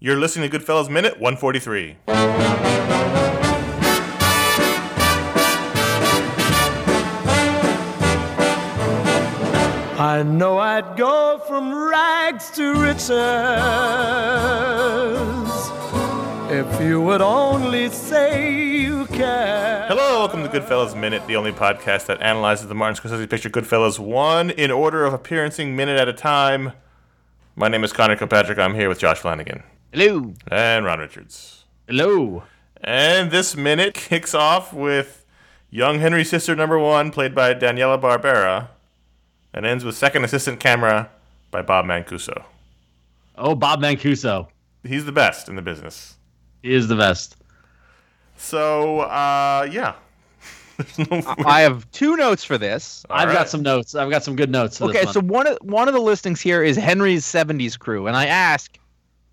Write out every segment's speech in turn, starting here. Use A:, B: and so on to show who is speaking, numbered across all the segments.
A: You're listening to Goodfellas Minute 143.
B: I know I'd go from rags to riches if you would only say you care.
A: Hello, welcome to Goodfellas Minute, the only podcast that analyzes the Martin Scorsese picture Goodfellas one in order of appearancing minute at a time. My name is Connor Kilpatrick. I'm here with Josh Flanagan
C: Hello.
A: and Ron Richards.
C: Hello.
A: And this minute kicks off with young Henry's sister number one, played by Daniela Barbera, and ends with second assistant camera by Bob Mancuso.
C: Oh, Bob Mancuso
A: He's the best in the business.
C: he is the best.
A: So, uh, yeah.
D: I have two notes for this.
C: I've
A: right.
C: got some notes. I've got some good notes. for this
D: Okay,
C: one.
D: so one of one of the listings here is Henry's '70s crew, and I ask,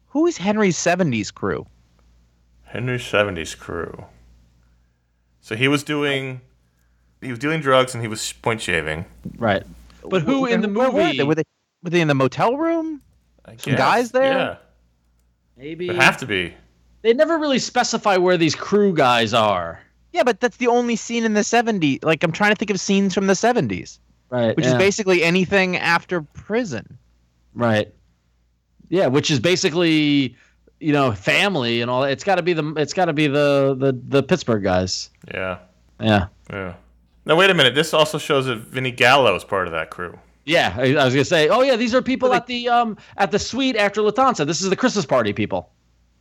D: who is Henry's '70s crew?
A: Henry's 70s crew. So he was doing he was doing drugs and he was point shaving.
C: right. But who in the
D: Where were
C: movie?
D: they? Were they, were they in the motel room?
A: I
D: Some guys there?
A: Yeah.
C: Maybe
A: Would have to be.
C: they never really specify where these crew guys are.
D: Yeah, but that's the only scene in the '70s. Like I'm trying to think of scenes from the '70s,
C: Right.
D: which is basically anything after prison.
C: Right. Yeah, which is basically you know family and all. that. It's got to be the it's got to be the, the the Pittsburgh guys.
A: Yeah.
C: Yeah.
A: Yeah. Now wait a minute. This also shows that Vinny Gallo is part of that crew.
C: Yeah, I, I was gonna say. Oh yeah, these are people at the um at the suite after Latanza. This is the Christmas party people.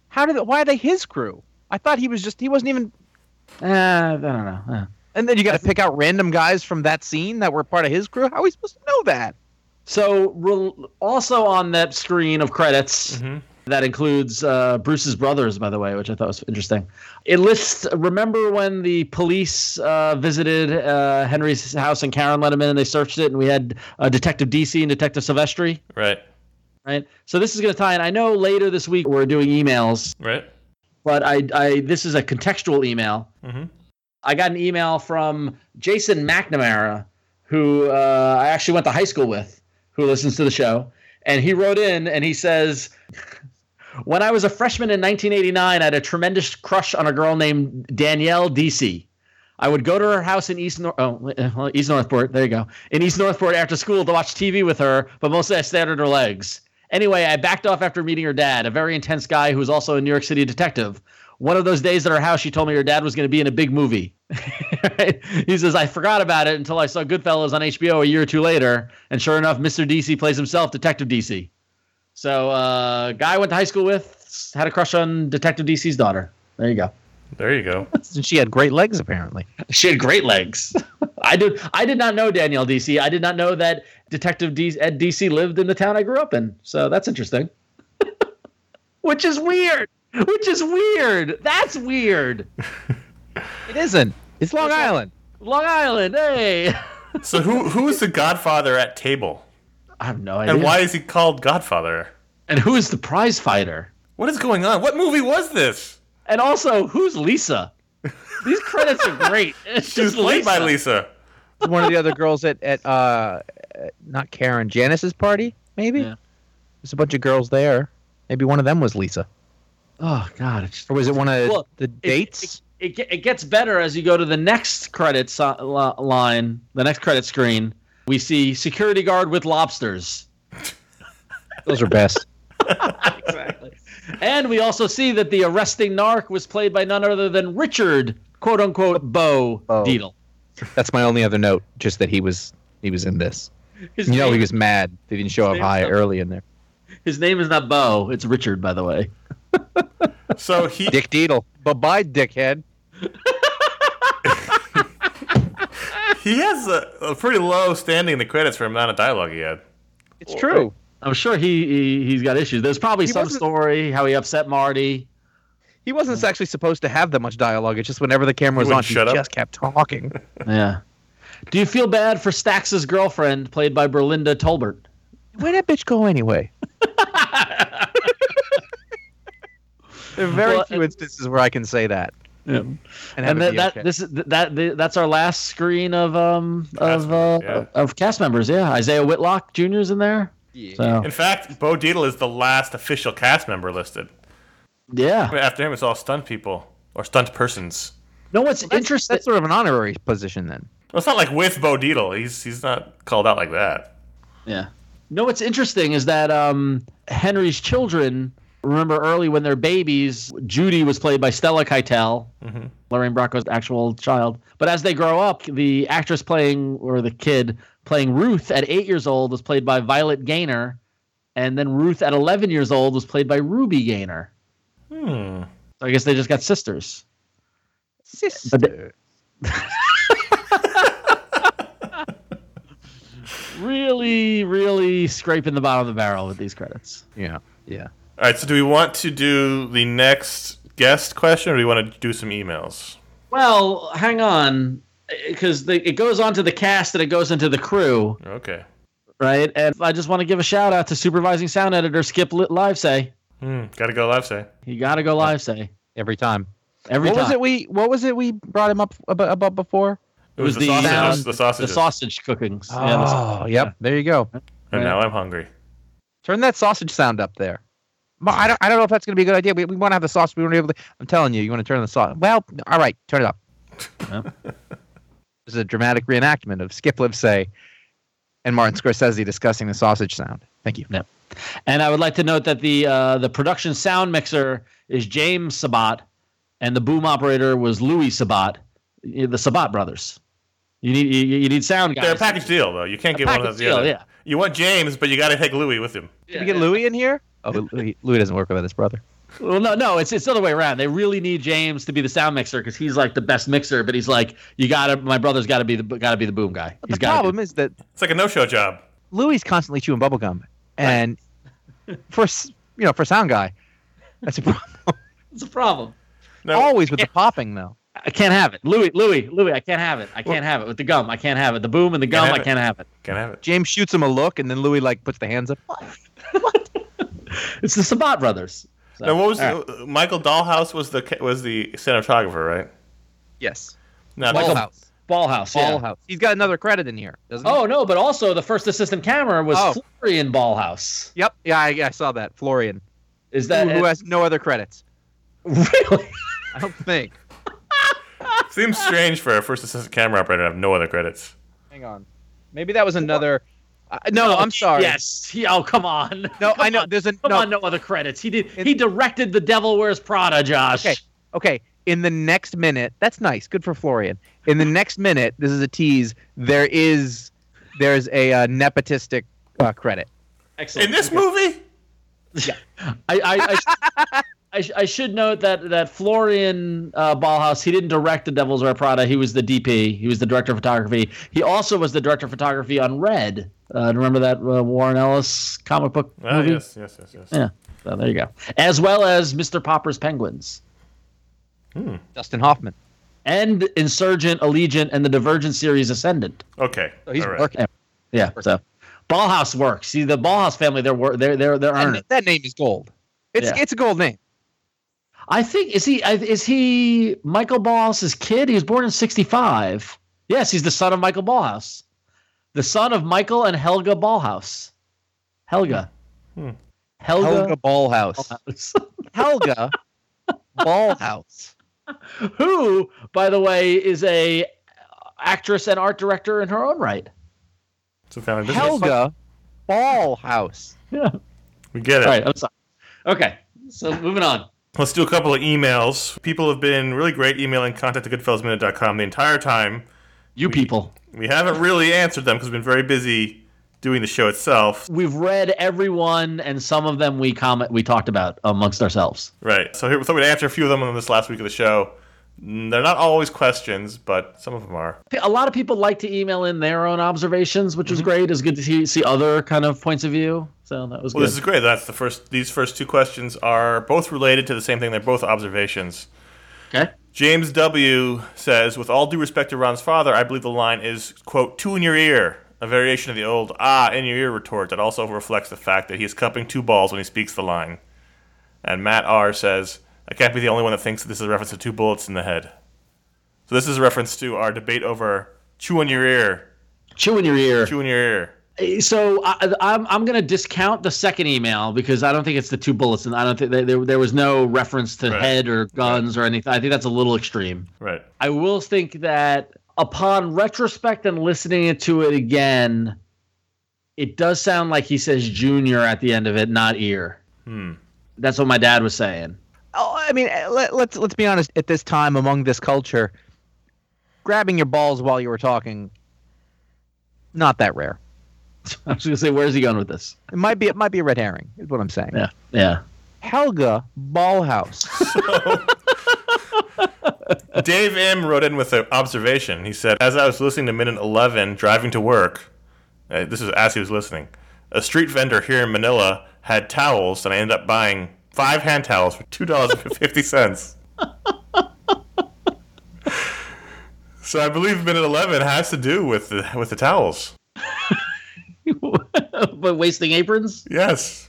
D: How did? Why are they his crew? I thought he was just he wasn't even.
C: Uh, I don't know. Uh.
D: And then you got to pick out random guys from that scene that were part of his crew. How are we supposed to know that?
C: So re- also on that screen of credits
A: Mhm.
C: that includes uh, Bruce's brothers, by the way, which I thought was interesting. It lists. Remember when the police uh, visited uh, Henry's house and Karen let him in and they searched it and we had uh, Detective DC and Detective Silvestri,
A: Right.
C: right? So this is gonna tie in. I know later this week we're doing emails
A: Right.
C: but I, I this is a contextual email.
A: Mhm.
C: I got an email from Jason McNamara, who uh, I actually went to high school with, who listens to the show, and he wrote in and he says, "When I was a freshman in 1989, I had a tremendous crush on a girl named Danielle DC." I would go to her house in East Nor- oh, wait, uh, well, East Northport. There you go. In East Northport after school to watch TV with her, but mostly I stared at her legs. Anyway, I backed off after meeting her dad, a very intense guy who was also a New York City detective. One of those days at her house, she told me her dad was going to be in a big movie. Right? He says, I forgot about it until I saw Goodfellas on HBO a year or two later. And sure enough, Mr. DC plays himself, Detective DC. So, uh, guy I went to high school with had a crush on Detective DC's daughter. There you go.
A: There you go.
D: Since she had great legs, apparently.
C: She had great legs. I did. I did not know Danielle DC. I did not know that Detective D, Ed DC lived in the town I grew up in. So that's interesting. Which is weird. Which is weird. That's weird.
D: It isn't. It's Long Island.
C: Long Island. Hey.
A: so who who is the Godfather at table?
C: I have no idea.
A: And why is he called Godfather?
C: And who is the prize fighter?
A: What is going on? What movie was this?
C: And also, who's Lisa? These credits are great. It's
A: She was
C: just
A: played by Lisa.
D: One of the other girls at at uh, uh, not Karen Janice's party, maybe.
C: Yeah.
D: There's a bunch of girls there. Maybe one of them was Lisa,
C: Oh God. It's just,
D: or was it one of
C: Well,
D: the
C: it-
D: dates?
C: It, it, ge- it gets better as you go to the next credits uh, li- line, the next credit screen. We see security guard with lobsters.
D: Those are best.
C: Exactly. and we also see that the arresting narc was played by none other than Richard, quote unquote, Bo
D: Bo.
C: Deedle.
D: That's my only other note, just that he was he was in this.
C: His,
D: You know, he
C: name,
D: was mad. They didn't show up
C: His
D: high
C: name's-
D: early in there.
C: his name is not Bo, it's Richard, by the way.
A: So he
D: Dick Deedle. Bye bye, dickhead.
A: he has a, a pretty low standing in the credits for the amount of dialogue he had.
D: It's true.
C: I'm sure he, he he's got issues. There's probably
D: He
C: some
D: wasn't-
C: story how he upset Marty.
D: He wasn't actually supposed to have that much dialogue. It's just whenever the camera
A: He
D: was
A: wouldn't
D: on, he
A: shut up.
D: just kept talking.
C: Yeah. Do you feel bad for Stax's girlfriend, played by Berlinda Tolbert?
D: Where'd that bitch go anyway? there are very
C: Well,
D: few instances where I can say that.
C: Yeah.
D: And, have
C: and
D: it
C: that,
D: be
C: that
D: okay.
C: this is th- that th- that's our last screen of um of uh,
A: members, yeah.
C: of cast members. Yeah, Isaiah Whitlock Jr.'s in there. So
A: In fact, Bo Deedle is the last official cast member listed.
C: Yeah.
A: After him, it's all stunt people or stunt persons.
C: No, what's
D: That's,
C: interesting?
D: that's sort of an honorary position then.
A: Well, it's not like with Bo Deedle. He's he's not called out like that.
C: yeah. No, what's interesting is that um, Henry's children. Remember early when they're babies, Judy was played by Stella Keitel, Lorraine Bracco's actual child. But as they grow up, the actress playing or the kid playing Ruth at eight years old was played by Violet Gaynor, and then Ruth at eleven years old was played by Ruby Gaynor.
A: Hmm.
C: So I guess they just got sisters.
D: Sister.
C: Really, really scraping the bottom of the barrel with these credits.
D: yeah. Yeah.
A: All right. So, do we want to do the next guest question, or do we want to do some emails?
C: Well, hang on, because it goes on to the cast and it goes into the crew,
A: Okay.
C: right? And I just want to give a shout out to supervising sound editor Skip Li- Live Say.
A: Hmm. Got to go live. Say.
C: You gotta go live say
D: Every time.
C: every
D: what
C: time.
D: was it we what was it we brought him up ab- about before?
A: It was,
C: was
A: the,
C: the um,
A: sausage.
D: sound-
A: the sausage.
C: The sausage cookings. Oh, Yeah, the sausage.
D: yep. There you go.
A: And now I'm hungry.
D: Turn that sausage sound up there. Ma- I don't, I don't know if that's going to be a good idea. We, we want to have the sausage. We want to be able to. I'm telling you, you want to turn the sausage. Well, all right, turn it up.
C: Yeah.
D: this is a dramatic reenactment of Skip Livesey and Martin Scorsese discussing the sausage sound. Thank you.
C: And I would like to note that the uh, the production sound mixer is James Sabat, and the boom operator was Louis Sabat, y- the Sabat brothers. You need you, you need sound guys.
A: They're a package deal, though. You can't get one
C: package
A: of the
C: deal,
A: other.
C: yeah.
A: You want James, but you got to take Louis with him.
D: Did we get Louis in here? Oh, Louis, Louis doesn't work without his brother.
C: Well, no, no, it's it's the other way around. They really need James to be the sound mixer because he's like the best mixer. But he's like, you gotta, my brother's gotta be the gotta be the boom guy.
D: But
C: He's
D: the
C: gotta be-
D: problem is that
A: It's like a no-show job.
D: Louis is constantly chewing bubblegum, and for s- you know, for sound guy, that's a problem.
C: it's a problem.
A: No,
C: Oh!
D: Always with the popping though.
C: I can't have it, Louis, Louis, Louis. I can't have it. I can't have it with the gum. I can't have it. The boom and the gum.
A: have
C: I
A: it.
C: can't have it.
A: can't have it.
D: James shoots him a look, and then Louis like puts the hands up.
C: It's the Sabat brothers. So,
A: Now, what was
C: all right.
A: the, Michael Dollhouse was the ca- was the cinematographer, right?
D: Yes.
A: Now,
C: Michael-
A: that's-
D: Ballhouse.
C: Ballhouse? Yeah.
D: Ballhouse. He's got another credit in here, doesn't he?
C: Oh no, but also the first assistant camera was
D: Oh.
C: Florian Ballhouse.
D: Yep. Yeah, I, I saw that. Florian,
C: Is
D: who,
C: that
D: who has no other credits.
C: really?
D: I don't think.
A: seems strange for a first assistant camera operator to have no other credits.
D: Hang on. Maybe that was another. Uh, no, no, I'm sorry.
C: Yes. He, oh come on. Come
D: No, I know.
C: on.
D: There's a
C: Come
D: no.
C: on, no other credits. He did.
D: It-
C: he directed The Devil Wears Prada, Josh.
D: Okay. Okay. In the next minute, that's nice. Good for Florian. In the next minute, this is a tease. There is, there's a uh, nepotistic uh, credit.
C: Excellent.
A: In this movie,
C: I, I, I, sh- I, sh- I should note that that Florian uh, Ballhaus he didn't direct The Devils Wear Prada. He was the DP. He was the director of photography. He also was the director of photography on Red. Uh, remember that uh, Warren Ellis comic book
A: Ah,
C: movie?
A: yes, yes, yes, yes.
C: Yeah. So there you go. As well as Mr. Popper's Penguins
D: Dustin Hoffman.
C: and Insurgent, Allegiant, and the Divergent series Ascendant.
A: Okay,
C: Oh,
D: So he's
A: all right.
D: working.
C: Yeah. So Ballhaus works. See the Ballhaus family. They're wor- they're they're they're
D: That,
C: earning.
D: na- that name is gold. It's
C: Yeah.
D: it's a gold name.
C: I think is he I- is he Michael Ballhaus's kid? He was born in '65. Yes, he's the son of Michael Ballhaus, the son of Michael and Helga Ballhaus. Helga.
A: Hmm.
D: Helga
C: Helga.
D: Ballhouse.
C: Ballhaus.
D: Helga Ballhouse.
C: Who, by the way, is a actress and art director in her own right.
A: It's a family business.
D: Helga Ballhouse.
C: Yeah.
A: We get it.
C: All right. I'm sorry. Okay. So moving on.
A: Let's do a couple of emails. People have been really great emailing contact at goodfellowsminute.com the entire time.
C: You people.
A: We haven't really answered them because we've been very busy doing the show itself.
C: We've read everyone, and some of them we comment we talked about amongst ourselves.
A: Right. So here, we thought we'd answer a few of them on this last week of the show. Mm, They're not always questions, but some of them are.
C: a lot of people like to email in their own observations, which is
A: Mm-hmm.
C: great. It's good to see, see other kind of points of view. So that was
A: Well,
C: good.
A: this is great. That's the first. These first two questions are both related to the same thing. They're both observations.
C: okay.
A: James W says, with all due respect to Ron's father, I believe the line is quote two in your ear, a variation of the old ah in your ear retort that also reflects the fact that he is cupping two balls when he speaks the line. And Matt R says, I can't be the only one that thinks that this is a reference to two bullets in the head. So this is a reference to our debate over chew in your ear,
C: Chew in your ear.
A: chew in your ear.
C: Eh, so I, I'm I'm going to discount the second email because I don't think it's the two bullets, and I don't think there there, there was no reference to
A: Right.
C: head or guns or anything. I think that's a little extreme.
A: Right.
C: I will think that upon retrospect and listening to it again, it does sound like he says junior at the end of it, not ear.
A: Hmm.
C: That's what my dad was saying.
D: Oh, I mean, eh, let, let's let's be honest. At this time, among this culture, grabbing your balls while you were talking, not that rare.
C: I was going to say, where's he going with this?
D: It might be it might be a red herring. Is what I'm saying.
C: Yeah, yeah.
D: Helga Ballhouse.
A: Dave M wrote in with an observation. He said, "As I was listening to minute 11 driving to work, uh, this is as he was listening. A street vendor here in Manila had towels, and I ended up buying five hand towels for two dollars and fifty cents. so I believe minute 11 has to do with the with the towels.
C: but wasting aprons?
A: Yes,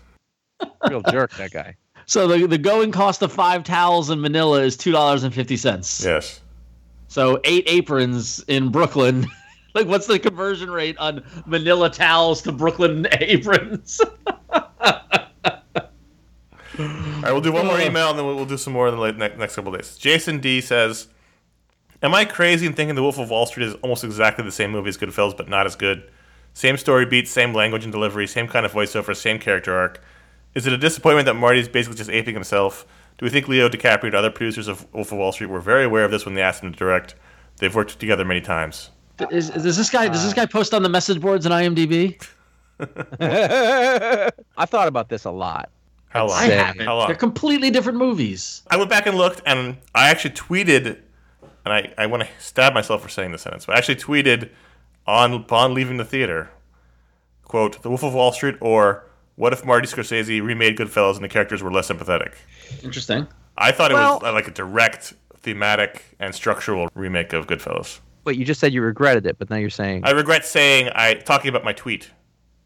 D: Real jerk, that guy.
C: So the, the going cost of five towels in Manila is $2.50.
A: yes.
C: So eight aprons in Brooklyn. like, what's the conversion rate on Manila towels to Brooklyn aprons?
A: All right, we'll do one more email, and then we'll, we'll do some more in the late, ne- next couple of days. Jason D says, "Am I crazy in thinking The Wolf of Wall Street is almost exactly the same movie as Goodfellas, but not as good? Same story beats, same language and delivery, same kind of voiceover, same character arc. Is it a disappointment that Marty's basically just aping himself? Do we think Leo DiCaprio and other producers of Wolf of Wall Street were very aware of this when they asked him to direct? They've worked together many times.
C: is, does this guy does this guy post on the message boards in IMDb?
D: I thought about this a lot.
A: How long?
C: I haven't.
A: How long?
C: They're completely different movies.
A: I went back and looked, and I actually tweeted, and I, I want to stab myself for saying this sentence, but I actually tweeted on upon leaving the theater, quote, "The Wolf of Wall Street," or "What if Marty Scorsese remade Goodfellas and the characters were less sympathetic?"
C: Interesting.
A: I thought it was
D: Well-
A: uh, like a direct thematic and structural remake of Goodfellas.
D: Wait, you just said you regretted it, but now you're saying.
A: I regret saying I talking about my tweet.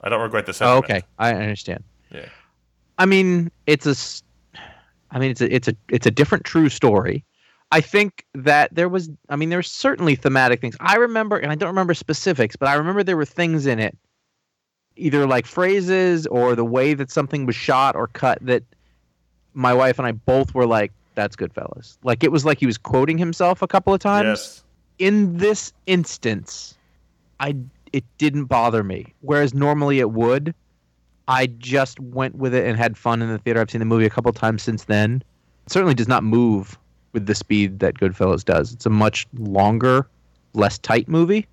A: I don't regret the
D: oh,
A: sentiment.
D: okay. I understand.
A: Yeah.
D: I mean, it's a, s- I mean, it's a, it's a, it's a different true story. I think that there was, I mean, there were certainly thematic things. I remember, and I don't remember specifics, but I remember there were things in it, either like phrases or the way that something was shot or cut that my wife and I both were like, "That's Goodfellas." Like it was like he was quoting himself a couple of times
A: Yes.
D: in this instance, I it didn't bother me. Whereas normally it would. I just went with it and had fun in the theater. I've seen the movie a couple times since then. It certainly does not move with the speed that Goodfellas does. It's a much longer, less tight movie.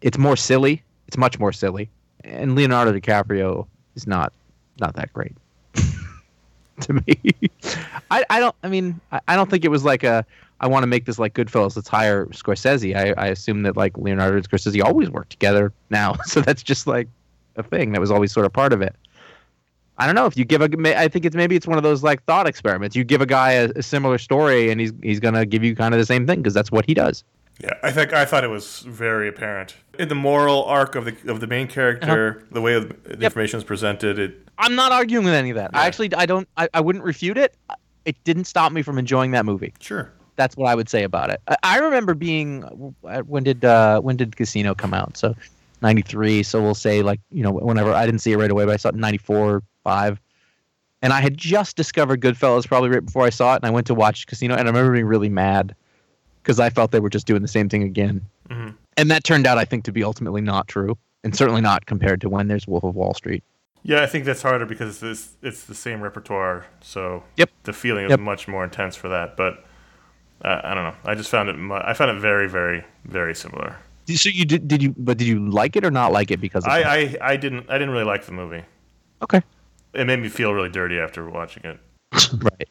D: It's more silly. It's much more silly. And Leonardo DiCaprio is not not that great to me. I, I don't. I mean, I, I don't think it was like a. I want to make this like Goodfellas. Let's hire Scorsese. I, I assume that like Leonardo and Scorsese always work together now, so that's just like a thing that was always sort of part of it. I don't know if you give a. ma- I think it's maybe it's one of those like thought experiments. You give a guy a, a similar story, and he's he's gonna give you kind of the same thing because that's what he does.
A: Yeah, I think I thought it was very apparent in the moral arc of the of the main character,
D: Uh-huh.
A: the way the the information is presented. It
D: I'm not arguing with any of that.
A: Yeah.
D: I actually I don't. I, I wouldn't refute it. It didn't stop me from enjoying that movie.
A: sure.
D: that's what I would say about it. I, I remember being when did uh, when did Casino come out? So ninety three. So we'll say like you know whenever I didn't see it right away, but I saw it in ninety four five, and I had just discovered Goodfellas probably right before I saw it, and I went to watch Casino, and I remember being really mad because I felt they were just doing the same thing again,
A: hmm
D: and that turned out I think to be ultimately not true, and certainly not compared to when there's Wolf of Wall Street.
A: Yeah, I think that's harder because it's it's the same repertoire, so
D: Yep.
A: the feeling is
D: Yep.
A: much more intense for that. But uh, I don't know. I just found it. Mu- I found it very, very, very similar.
D: So you did, did you but did you like it or not like it because of
A: I,
D: that?
A: I, I didn't I didn't really like the movie.
D: okay
A: It made me feel really dirty after watching it.
D: Right.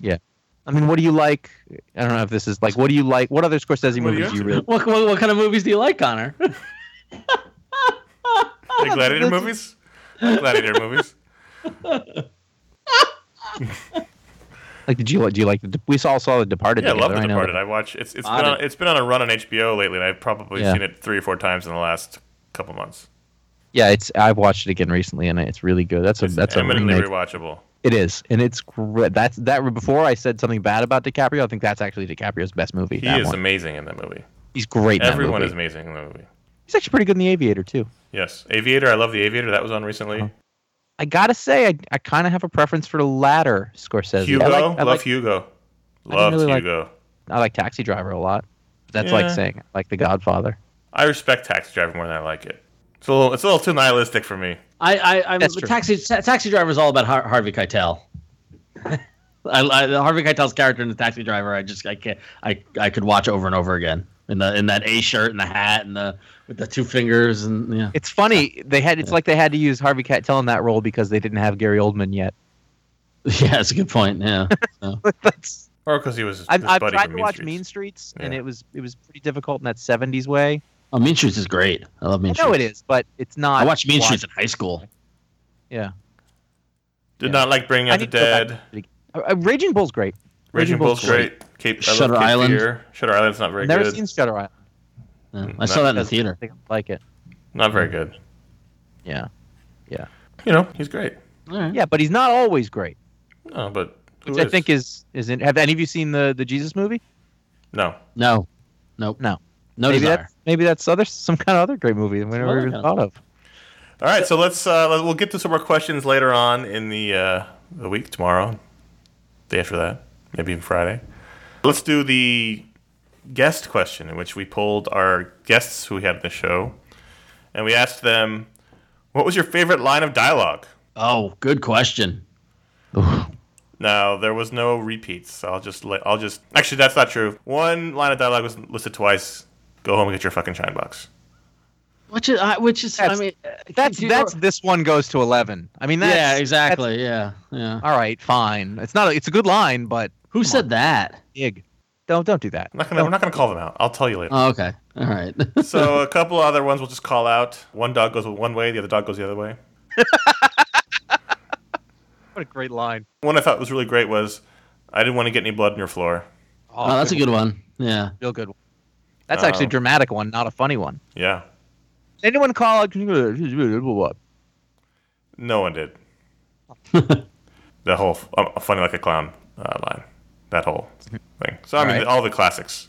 D: Yeah. I mean, what do you like? I don't know if this is like, what do you like? What other Scorsese
A: What do you-
D: movies do you really?
C: What, what what kind of movies do you like, Connor?
D: Oh,
A: Like gladiator movies. Like gladiator movies.
D: Like, did you like? Do you like? The, we all saw The Departed.
A: Yeah, I
D: together.
A: love The
D: know
A: Departed.
D: that.
A: I watch it's it's
C: Odd.
A: been on, it's been on a run on HBO lately, and I've probably
D: Yeah.
A: seen it three or four times in the last couple months.
D: Yeah, it's. I've watched it again recently, and it's really good. That's a.
A: It's
D: that's a
A: eminently
D: remake.
A: rewatchable.
D: It is, and it's great. That's that. Before I said something bad about DiCaprio, I think that's actually DiCaprio's best movie.
A: He
D: that
A: is
D: one.
A: amazing in that movie.
D: He's great. In
A: Everyone
D: that
A: is
D: movie.
A: amazing in that movie.
D: He's actually pretty good in The Aviator too.
A: Yes, Aviator. I love the Aviator. That was on recently.
D: Uh-huh. I gotta say, I, I kind of have a preference for the latter Scorsese.
A: Hugo.
D: I like, I
A: love
D: like,
A: Hugo. Love
D: really like-
A: Hugo.
D: I like Taxi Driver a lot. But that's like
A: Yeah.
D: saying I like The Godfather.
A: I respect Taxi Driver more than I like it. It's a little, it's a little too nihilistic for me.
C: I, I, I'm
D: That's true.
C: taxi. Ta- taxi driver is all about Har- Harvey Keitel. I, I, Harvey Keitel's character in the Taxi Driver, I just I can't I, I could watch over and over again in the in that A shirt and the hat and the with the two fingers and yeah.
D: It's funny they had. It's like they had to use Harvey Keitel in that role because they didn't have Gary Oldman yet.
C: Yeah, that's a good point. Yeah. So,
D: that's
A: Or because he was his
D: I've, I've
A: buddy
D: tried
A: from
D: to
A: Mean
D: watch
A: Streets.
D: Mean Streets, and
A: Yeah.
D: it was it was pretty difficult in that '70s way.
C: oh, Mean Streets is great. I love Mean
D: I know
C: Streets.
D: it is, but it's not.
C: I watched Mean Streets in high school.
D: Yeah,
A: Did
C: Yeah.
A: not like Bringing
D: I
A: Out the
D: need to go back
A: Dead.
D: Uh, uh, Raging Bull's great.
A: Raging
D: Raging
A: Bull's
D: Bull's
A: great. Cape, I love
C: Shutter
A: Cape
C: Island.
A: Fear. Shutter Island's not very
D: I've never
A: good.
D: seen Shutter Island.
C: Yeah, I
A: Nice.
C: saw that in the
D: Doesn't- I
C: theater.
D: think I like it.
A: Not very good.
D: Yeah,
A: You know, he's great.
C: All right.
D: yeah, but he's not always great,
A: No, Oh, but who
D: which I think is is. In, have any of you seen the the Jesus movie?
A: no.
C: No. Nope.
D: No.
C: No
D: maybe
C: desire.
D: that's maybe that's other some kind of other great movie that we never
C: other
D: even
C: kind
D: thought of.
A: All right, so let's uh, let- we'll get to some more questions later on in the uh, the week tomorrow, day after that, maybe even Friday. Let's do the guest question, in which we polled our guests who we had in the show, and we asked them, "What was your favorite line of dialogue?"
C: Oh, good question.
A: Now there was no repeats, so I'll just li- I'll just actually that's not true. One line of dialogue was listed twice. Go home and get your fucking shine box.
C: Which is I which is
D: That's-
C: I mean uh,
D: That's
C: do you
D: that's
C: know-
D: this one goes to eleven. I mean, that's,
C: yeah
D: that's-
C: exactly yeah yeah.
D: all right, fine. It's not. A, it's a good line, but
C: Who said that?
D: big. Don't don't do that.
A: I'm not gonna we're not gonna call them out. I'll tell you later.
C: Oh, okay. All right. Oh,
A: So a couple other ones we'll just call out. One dog goes one way, the other dog goes the other way.
D: What a great line.
A: One I thought was really great was, I didn't want to get any blood on your floor.
C: Oh, that's a good one. Yeah.
D: real good one. That's
A: Oh.
D: actually a dramatic one, not a funny one.
A: Yeah,
D: Anyone call it?
A: no one did. the whole f- um, funny like a clown uh, line, that whole thing. So I mean,
D: Alright.
A: all the classics.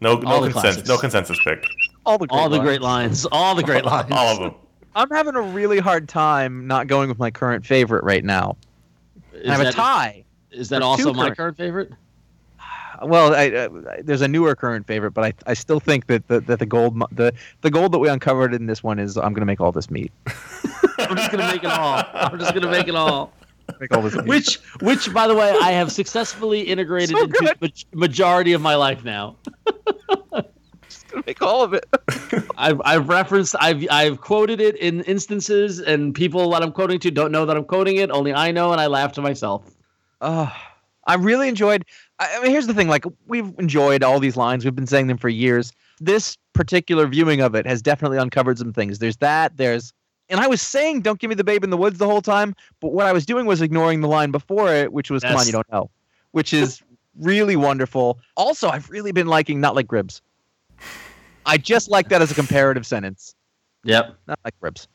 A: No, no
C: All the
A: consensus.
C: classics.
A: No consensus pick.
D: All the great
C: All the
D: lines.
C: great lines. All the great lines.
A: all of them.
D: I'm having a really hard time not going with my current favorite right now.
C: Is
D: I have
C: that,
D: a tie.
C: Is that
D: for
C: also
D: two
C: my
D: current-
C: current favorite?
D: Well, I, uh, there's a newer current favorite, but I, I still think that the, that the gold mo- the the gold that we uncovered in this one is I'm gonna make all this meat.
C: I'm just gonna make it all. I'm just gonna make it all.
D: Make all this meat.
C: Which, which, by the way, I have successfully integrated
D: So
C: into
D: good.
C: the ma- majority of my life now.
D: make all of it.
C: I've, I've referenced, I've, I've quoted it in instances, and people that I'm quoting to don't know that I'm quoting it. Only I know, and I laugh to myself.
D: Uh, I really enjoyed. I, I mean, here's the thing: like we've enjoyed all these lines. We've been saying them for years. This particular viewing of it has definitely uncovered some things. There's that. There's, and I was saying, "Don't give me the babe in the woods" the whole time. But what I was doing was ignoring the line before it, which was, "Come on,
C: Yes.
D: you don't know," which is really wonderful. Also, I've really been liking not like ribs. I just like that as a comparative sentence.
C: Yep.
D: Not like ribs.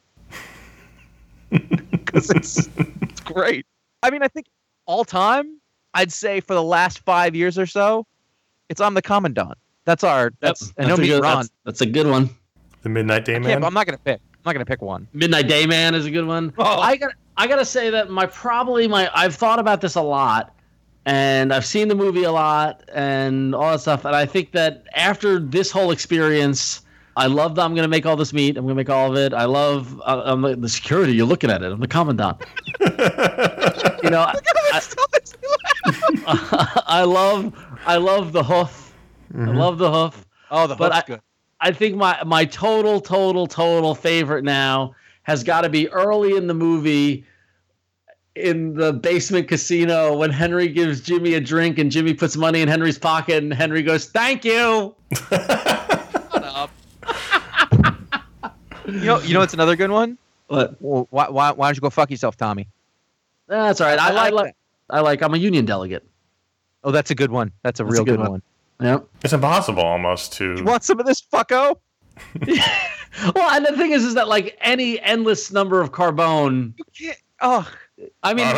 D: Because it's, it's great. I mean, I think all time, I'd say for the last five years or so, it's I'm the commandant. That's our that's and no
C: a
D: meat
C: good,
D: Ron.
C: That's, that's a good one.
A: The Midnight Day
D: I can't,
A: Man.
D: I'm not gonna pick. I'm not gonna pick one.
C: Midnight Day Man is a good one.
D: Oh.
C: I got I gotta say that my probably my I've thought about this a lot, and I've seen the movie a lot and all that stuff, and I think that after this whole experience. I love that I'm going to make all this meat. I'm going to make all of it. I love uh, I'm the, the security. You're looking at it. I'm the commandant. You know, I, I, I love I love the hoof. I love the hoof.
D: oh, the
C: But
D: hook's
C: I-
D: good.
C: I think my my total total total favorite now has got to be early in the movie in the basement casino when Henry gives Jimmy a drink and Jimmy puts money in Henry's pocket and Henry goes thank you.
D: You know, you know, it's another good one.
C: But
D: Well, why, why, why don't you go fuck yourself, Tommy?
C: that's all right. I,
D: I like
C: like I like, I am a union delegate.
D: Oh, that's a good one. That's a
C: That's a
D: real
C: good
D: good,
C: one.
D: one.
C: Yep.
A: it's impossible almost to.
D: You want some of this fucko?
C: Well, and the thing is, is that like any endless number of carbone.
D: You can't. Oh,
C: I mean,
A: Uh,
C: I-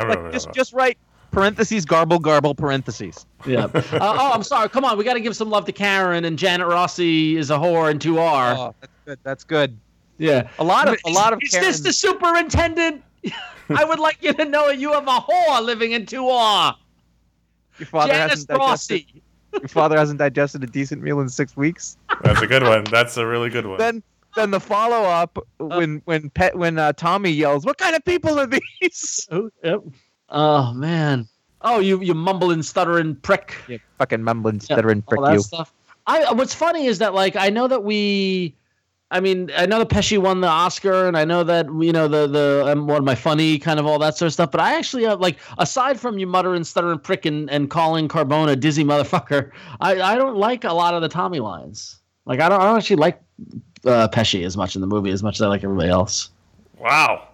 A: I mean,
D: like, just just right. parentheses garble garble parentheses.
C: Yeah. Uh, oh, I'm sorry. Come on, we got to give some love to Karen and Janet Rossi is a whore and two are.
D: Oh, that's good. That's good.
C: yeah.
D: A lot of a lot of
C: Is this
D: Karens-
C: the superintendent? I would like you to know you have a whore living in two are.
D: your father
C: Janice
D: hasn't digested,
C: Rossi.
D: your father hasn't digested a decent meal in six weeks.
A: That's a good one. That's a really good one.
D: Then then the follow up
C: Uh.
D: when when pet when uh, Tommy yells, "What kind of people are these?"
C: Oh, yep. Oh man. Oh, you you mumbling, stuttering prick.
D: You fucking mumbling,
C: Yeah,
D: stuttering prick
C: all that
D: you.
C: stuff. I what's funny is that like I know that we, I mean I know that Pesci won the Oscar and I know that you know the the um, one of my funny kind of all that sort of stuff. But I actually uh, like aside from you muttering, stuttering, prick, and, and calling Carbone a dizzy motherfucker, I I don't like a lot of the Tommy lines. Like I don't I don't actually like uh, Pesci as much in the movie as much as I like everybody else.
A: wow.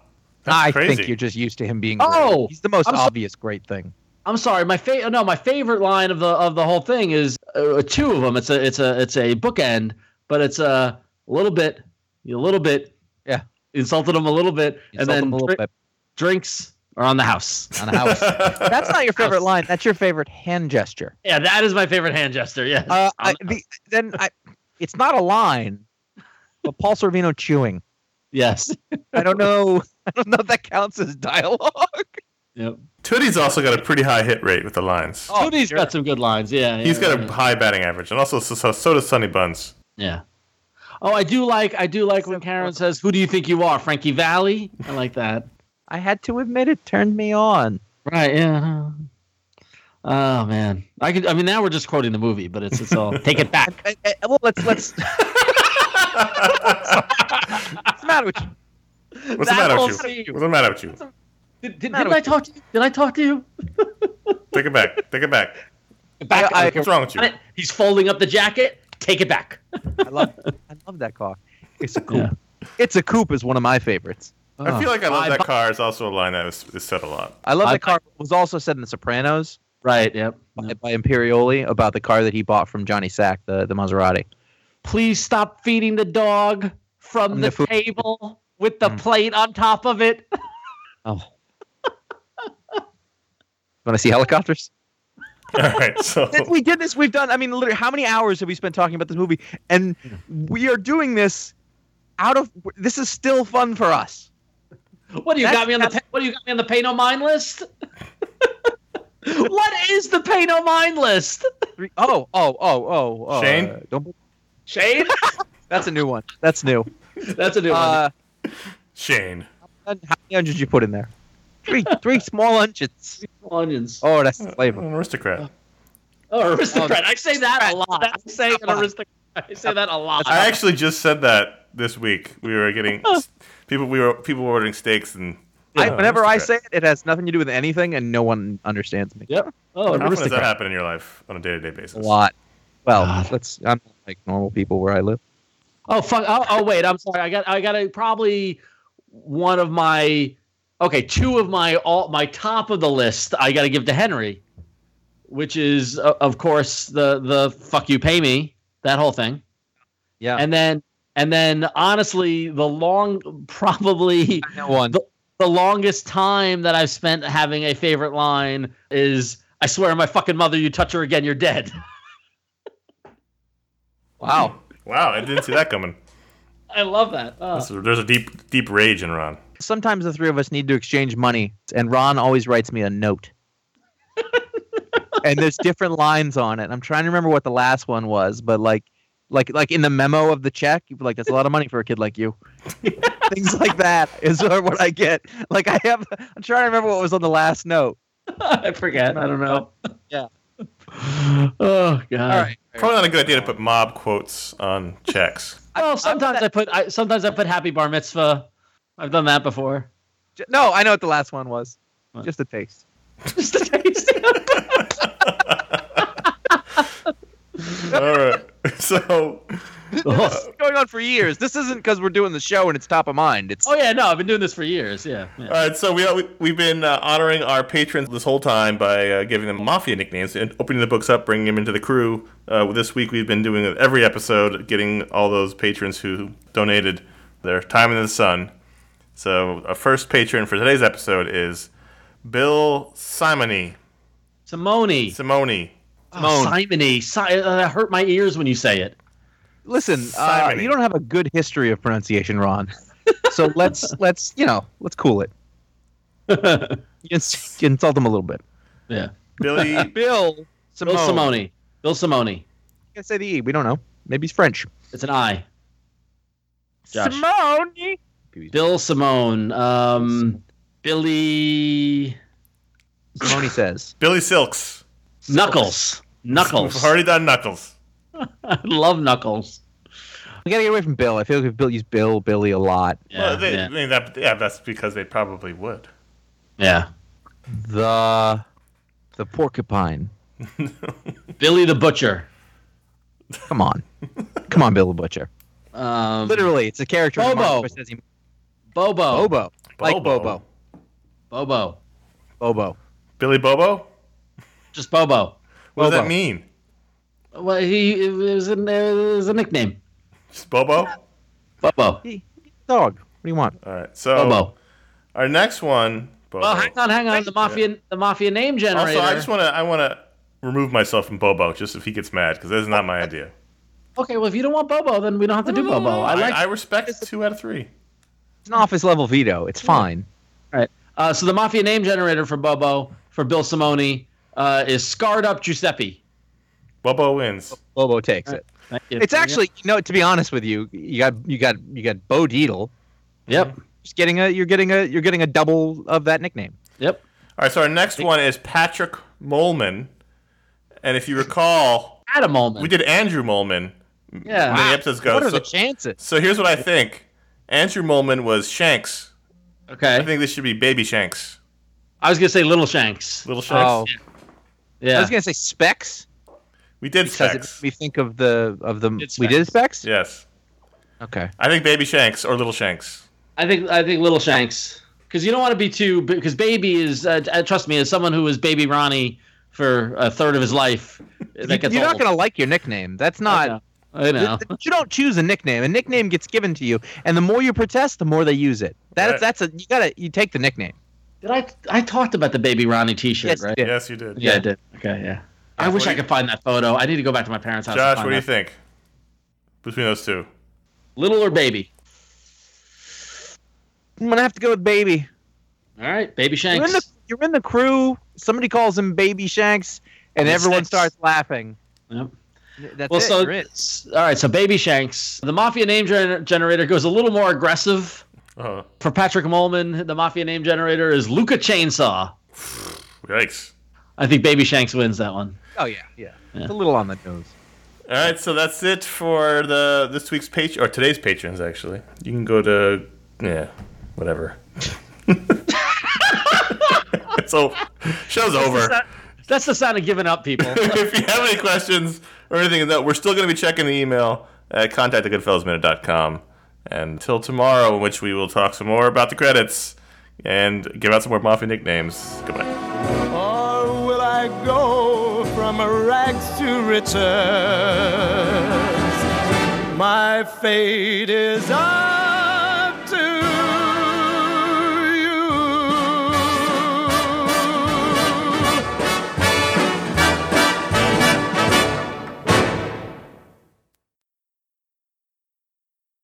A: That's
D: I
A: crazy.
D: think you're just used to him being.
C: Oh,
D: great. he's the most
C: I'm so-
D: obvious great thing.
C: I'm sorry. My fa- no, my favorite line of the of the whole thing is uh, two of them. It's a it's a it's a bookend, but it's a little bit, a little bit.
D: Yeah.
C: insulted him a little bit, and
D: Insult
C: then
D: him a little
C: dri-
D: bit
C: drinks are on the house.
D: on a house. That's not your favorite line. That's your favorite hand gesture.
C: Yeah, that is my favorite hand gesture. Yeah,
D: Uh, I, the, then I, it's not a line, but Paul Sorvino chewing.
C: yes.
D: I don't know. I don't know if that counts as dialogue.
C: Yep.
A: Tootie's also got a pretty high hit rate with the lines.
D: Oh,
C: Tootie's
D: sure.
C: got some good lines. Yeah,
A: He's
C: yeah,
A: got
C: yeah.
A: a high batting average, and also so, so, so does Sonny Buns.
C: yeah. Oh, I do like I do like when Karen says, "Who do you think you are, Frankie Valley?" I like that.
D: I had to admit it turned me on.
C: Right. Yeah. Oh man, I could. I mean, now we're just quoting the movie, but it's it's all take it back.
D: I, I- well, let's let's. What's the matter with you?
A: What's the
C: That
A: matter
C: whole
A: with you?
C: scene.
A: What's the matter with you?
C: Did, did,
D: Matter
C: not
D: with
C: I talk to you? Did I talk to you?
A: Take it back. Take it back.
C: Back.
D: I-
A: What's wrong with you?
C: okay. He's folding up the jacket. Take it back.
D: I love I love that car. It's a coupe.
C: Yeah.
D: It's a coupe is one of my favorites.
A: I feel like I love
C: I
A: that
C: bu-
A: car is also a line that was is said a lot.
D: I love
C: I-
D: that car. It was also said in The Sopranos
C: Right. Yep.
D: by, by Imperioli about the car that he bought from Johnny Sack, the the Maserati.
C: Please stop feeding the dog from
D: From
C: the,
D: the food.
C: table with the
A: Hmm.
D: Mm.
C: plate on top of it.
D: Oh. Want to see helicopters?
A: All right, so
D: Since we did this, we've done. I mean, literally, how many hours have we spent talking about this movie? And
C: Hmm.
D: we are doing this out of. This is still fun for us.
C: What do you
D: That's-
C: got me on the? pa- What do you got me on the pay no mind list? what is the pay no mind list?
D: Three, oh, oh, oh, oh, oh.
A: Shane?
D: uh, don't.
C: Shane,
D: That's a new one. That's new.
C: that's a new one.
D: Uh,
A: Shane.
D: how many onions did you put in there? Three, three small onions.
C: Onions.
D: Oh, that's the
A: An
D: flavor. Uh,
A: aristocrat.
C: Oh, aristocrat.
D: Oh,
C: I say that a lot. I say an
D: Come on.
C: aristocrat. I say that a lot.
A: I actually just said that this week. We were getting people. We were people were ordering steaks and.
D: I, whenever I say
A: aristocrat.
D: it, it has nothing to do with anything, and no one understands me.
C: Yep. Oh,
A: how often does that
C: aristocrat.
A: happen in your life on a day-to-day basis?
D: A lot. Well,
C: God.
D: let's. I'm not like normal people where I live.
C: Oh fuck. Oh, oh wait. I'm sorry. I got. I got a probably one of my. Okay, two of my all my top of the list. I got to give to Henry, which is uh, of course the the fuck you pay me that whole thing,
D: Yeah.
C: and then and then honestly the long probably
D: I know one.
C: the longest time that I've spent having a favorite line is I swear on my fucking mother, you touch her again, you're dead.
D: Wow.
A: Wow, I didn't see that coming.
C: I love that.
D: Uh.
C: Oh.
A: That's- There's a deep, deep rage in Ron.
D: Sometimes the three of us need to exchange money, and Ron always writes me a note. and there's different lines on it. I'm trying to remember what the last one was, but like, like, like in the memo of the check, you'd be like, "That's a lot of money for a kid like you." Things like that is what I get. Like I have, I'm trying to remember what was on the last note.
C: I forget. I don't know.
D: Yeah.
C: Oh god.
D: All right.
A: Probably not a good idea to put mob quotes on checks.
C: Well, sometimes I put I, sometimes I put happy bar mitzvah. I've done that before.
D: J- No, I know what the last one was.
C: What?
D: Just a taste.
C: Just to taste it.
A: All right. So,
D: This
C: Oh,
D: is going on for years. This isn't because we're doing the show and it's top of mind. It's
C: Oh yeah, no, I've been doing this for years. Yeah.
A: all
C: yeah.
A: right. So we, we we've been uh, honoring our patrons this whole time by uh, giving them mafia nicknames and opening the books up, bringing them into the crew. Uh, this week we've been doing it every episode, getting all those patrons who donated their time in the sun. So our first patron for today's episode is Bill Simony.
C: Simone.
A: Simone.
C: Oh, Simony. Si- uh, that hurt my ears when you say it.
D: Listen, uh,
A: Simony.
D: you don't have a good history of pronunciation, Ron. so let's let's you know let's cool it. You ins- you insult them a little bit.
C: yeah.
A: Billy.
D: Bill Simone.
C: Bill Simone. Bill Simone.
D: Can't say the E. We don't know. Maybe he's French.
C: It's an I. Josh.
D: Simone.
C: Bill Simone. Um, Billy
D: Simone says.
A: Billy Silks.
C: Knuckles.
A: We've
C: Knuckles.
A: already done Knuckles.
C: I love Knuckles.
D: We gotta get away from Bill. I feel like if Bill used Bill Billy a lot.
C: Yeah,
A: well, they,
C: yeah,
A: I mean, that, yeah, that's because they probably would.
C: yeah.
D: The the porcupine.
C: Billy the Butcher.
D: Come on, come on, Bill the Butcher.
C: Um,
D: Literally, it's a character. in
C: Bobo.
D: Martin Scorsese.
C: Bobo.
D: Bobo. Like
A: Bobo.
D: Bobo.
C: Bobo.
D: Bobo.
A: Billy Bobo?
C: Just Bobo.
A: What does that
D: Bobo.
A: mean?
C: Well, he it was, a, it was a nickname.
A: Just Bobo? Oh.
C: Bobo.
D: He- he's a dog. What do you want?
A: All right. So
C: Bobo.
A: our next one. Bobo.
C: Well, hang on, hang on. The mafia, the mafia name generator.
A: Oh. also, I just want to I want to remove myself from Bobo just if he gets mad because that is not my idea.
C: okay, well, if you don't want Bobo, then we don't have to do Bobo. Oh, I like.
A: I, respect two out of three.
D: It's an office level veto. It's fine.
C: uh, so the mafia name generator for Bobo for Bill Simone uh, is scarred up Giuseppe.
A: Bobo wins.
D: Bobo takes it.
C: Thank you.
D: Uh, It's actually, you know, to be honest with you, you got you got you got Bo Deedle.
C: Yep.
D: Just getting a you're getting a you're getting a double of that nickname.
C: Yep.
A: All right. So our next one is Patrick Molman, and if you recall,
C: Adam Ullman.
A: we did Andrew Molman.
C: Yeah.
A: Many episodes ago.
D: What are
A: So,
D: the chances?
A: so here's what I think. Andrew Molman was Shanks.
C: Okay.
A: I think this should be Baby Shanks.
C: I was gonna say Little Shanks.
A: Little Shanks.
D: Oh,
C: yeah.
D: I was gonna say Specs
A: we did
D: because it
A: Shanks.
D: made me think of the of the
C: It's
D: we did Specs.
A: Yes.
D: Okay.
A: I think Baby Shanks or Little Shanks.
C: I think I think Little Shanks because you don't want to be too because Baby is uh, uh, trust me as someone who was Baby Ronnie for a third of his life that gets
D: You're not
C: old.
D: gonna like your nickname. That's
C: I
D: not.
C: know. I know.
D: Th- th- You don't choose a nickname. A nickname gets given to you, and the more you protest, the more they use it. That's
A: Right.
D: that's a you gotta you take the nickname.
C: Did I I talked about the Baby Ronnie T-shirt
D: Yes, you
C: right?
D: did.
A: Yes, you did.
C: Yeah, I did. Okay, yeah. I
A: Josh,
C: wish
A: what
C: I
A: do you-
C: could find that photo. I need to go back to my parents' house. and
A: Josh,
C: find
A: what do you
C: that.
A: think between those two?
C: Little or Baby?
D: I'm gonna have to go with Baby.
C: All right, Baby
D: You're
C: Shanks.
D: in the you're in the crew. Somebody calls him Baby Shanks, and
C: He's
D: everyone
C: six.
D: starts laughing.
C: Yep.
D: That's
C: well,
D: it.
C: so
D: You're in.
C: s- all right, so Baby Shanks. The Mafia name gener- generator goes a little more aggressive
A: Oh,
C: for Patrick Molman. The Mafia name generator is Luca Chainsaw.
A: yikes.
C: I think Baby Shanks wins that one.
D: Oh yeah, yeah,
C: Yeah.
D: It's a little on the nose.
A: All right, so that's it for the this week's patron or today's patrons. Actually, you can go to yeah, whatever. so, show's over.
C: That's the sound of giving up, people.
A: if you have any questions or anything, no, we're still going to be checking the email at contactthegoodfellowsminute.com. And until tomorrow, in which we will talk some more about the credits and give out some more mafia nicknames. Goodbye.
B: Or will I go from rags to riches? My fate is on.